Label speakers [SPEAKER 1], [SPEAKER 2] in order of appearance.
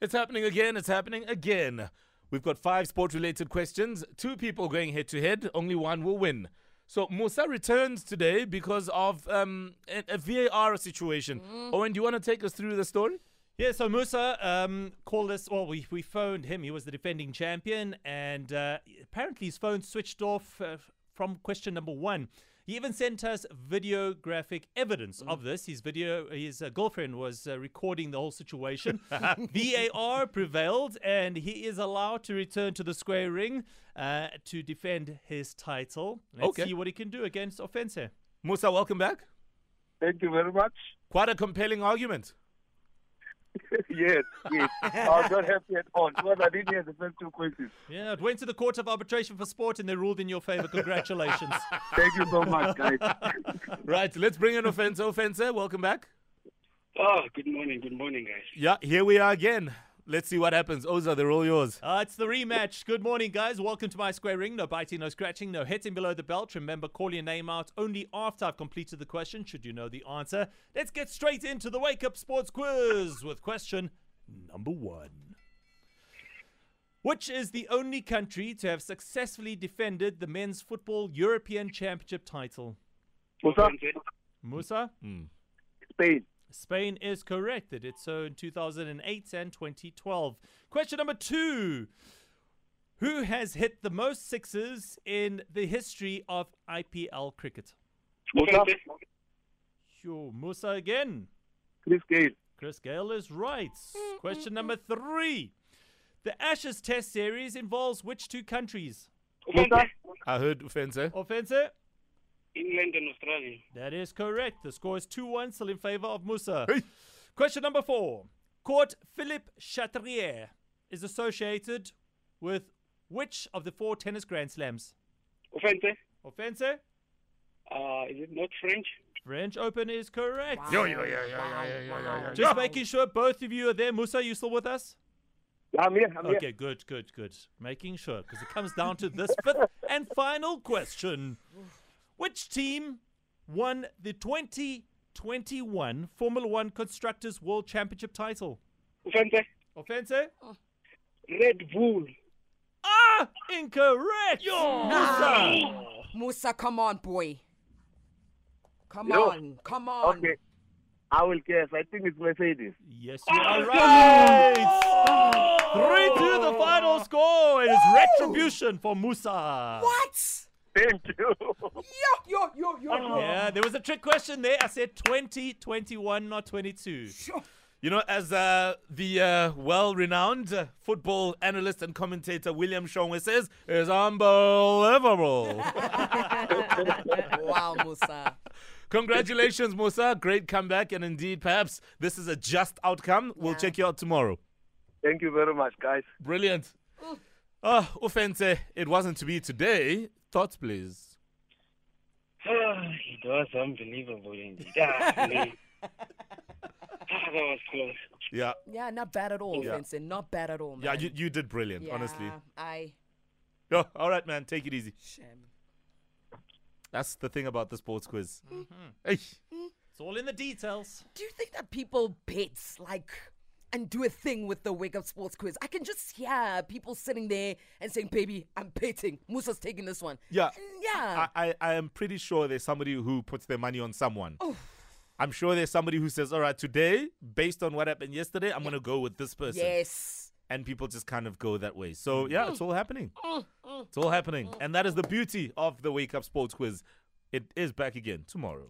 [SPEAKER 1] It's happening again. It's happening again. We've got five sport related questions. Two people going head to head. Only one will win. So Musa returns today because of um, a, a VAR situation. Owen, do you want to take us through the story?
[SPEAKER 2] Yeah, so Musa um, called us, or we, we phoned him. He was the defending champion, and uh, apparently his phone switched off uh, from question number one. He even sent us videographic evidence
[SPEAKER 1] Mm.
[SPEAKER 2] of this. His video, his uh, girlfriend was uh, recording the whole situation. VAR prevailed, and he is allowed to return to the square ring uh, to defend his title. Let's
[SPEAKER 1] Okay.
[SPEAKER 2] see what he can do against Offense. here.
[SPEAKER 1] Musa, welcome back.
[SPEAKER 3] Thank you very much.
[SPEAKER 1] Quite a compelling argument.
[SPEAKER 3] yes, yes. I was not happy at all because I didn't hear the first two questions.
[SPEAKER 2] Yeah, it went to the Court of Arbitration for Sport, and they ruled in your favor. Congratulations.
[SPEAKER 3] Thank you so much, guys.
[SPEAKER 1] Right, let's bring in Offense. Offense, welcome back.
[SPEAKER 4] Oh, good morning, good morning, guys.
[SPEAKER 1] Yeah, here we are again. Let's see what happens. Oza, they're all yours.
[SPEAKER 2] Uh, it's the rematch. Good morning, guys. Welcome to my square ring. No biting, no scratching, no hitting below the belt. Remember, call your name out only after I've completed the question, should you know the answer. Let's get straight into the Wake Up Sports Quiz with question number one. Which is the only country to have successfully defended the men's football European Championship title?
[SPEAKER 3] What's up?
[SPEAKER 2] Musa?
[SPEAKER 1] Hmm,
[SPEAKER 3] Spain.
[SPEAKER 2] Spain is correct. They did so in 2008 and 2012. Question number two Who has hit the most sixes in the history of IPL cricket?
[SPEAKER 3] What's up?
[SPEAKER 2] Yo, Musa again.
[SPEAKER 3] Chris Gale.
[SPEAKER 2] Chris Gale is right. Question number three The Ashes Test Series involves which two countries?
[SPEAKER 3] What's up?
[SPEAKER 1] I heard Offense.
[SPEAKER 2] Offensive?
[SPEAKER 4] England and Australia.
[SPEAKER 2] That is correct. The score is 2 1, still in favor of Musa. Question number four. Court Philippe Chatrier is associated with which of the four tennis Grand Slams?
[SPEAKER 4] Offense?
[SPEAKER 2] Offense?
[SPEAKER 4] Uh, is it not French?
[SPEAKER 2] French Open is correct.
[SPEAKER 5] yeah.
[SPEAKER 2] Just making sure both of you are there. Musa, you still with us?
[SPEAKER 3] I'm here. I'm here.
[SPEAKER 2] Okay, good, good, good. Making sure, because it comes down to this fifth and final question. Which team won the 2021 Formula One Constructors World Championship title?
[SPEAKER 4] Offense?
[SPEAKER 2] Offense?
[SPEAKER 4] Red Bull.
[SPEAKER 2] Ah! Incorrect! Musa!
[SPEAKER 5] Musa, come on, boy. Come
[SPEAKER 3] Yo.
[SPEAKER 5] on, come on.
[SPEAKER 3] Okay. I will guess. I think it's Mercedes.
[SPEAKER 2] Yes, you are right! 3 2 the final score. It is retribution for Musa.
[SPEAKER 5] What?
[SPEAKER 3] Thank you.
[SPEAKER 5] Yo, yo, yo, yo, yo.
[SPEAKER 2] Yeah, there was a trick question there. I said 20, 21, not 22.
[SPEAKER 5] Sure.
[SPEAKER 1] You know, as uh, the uh, well renowned uh, football analyst and commentator William Shongwe says, it's unbelievable.
[SPEAKER 5] Wow, Musa.
[SPEAKER 1] Congratulations, Musa. Great comeback. And indeed, perhaps this is a just outcome. We'll check you out tomorrow.
[SPEAKER 3] Thank you very much, guys.
[SPEAKER 1] Brilliant. Ah, offense, it wasn't to be today. Thoughts, please.
[SPEAKER 4] Ah, it was unbelievable indeed. Ah, man. Ah, that was close.
[SPEAKER 1] Yeah,
[SPEAKER 5] Yeah, not bad at all, Vincent. Not bad at all, man.
[SPEAKER 1] yeah, you, you did brilliant, honestly.
[SPEAKER 5] Yeah, I
[SPEAKER 1] Yo, all right, man, take it easy.
[SPEAKER 5] shame.
[SPEAKER 1] That's the thing about the sports quiz. Hey,
[SPEAKER 2] It's all in the details.
[SPEAKER 5] Do you think that people bet like and do a thing with the wake up sports quiz? I can just hear people sitting there and saying, "Baby, I'm betting. Musa's taking this one."
[SPEAKER 1] Yeah.
[SPEAKER 5] And yeah.
[SPEAKER 1] I, I, I am pretty sure there's somebody who puts their money on someone. I'm sure there's somebody who says, all right, today, based on what happened yesterday, I'm going to go with this person.
[SPEAKER 5] yes.
[SPEAKER 1] and people just kind of go that way. So yeah, it's all happening. It's all happening. And that is the beauty of the Wake Up Sports Quiz. It is back again tomorrow.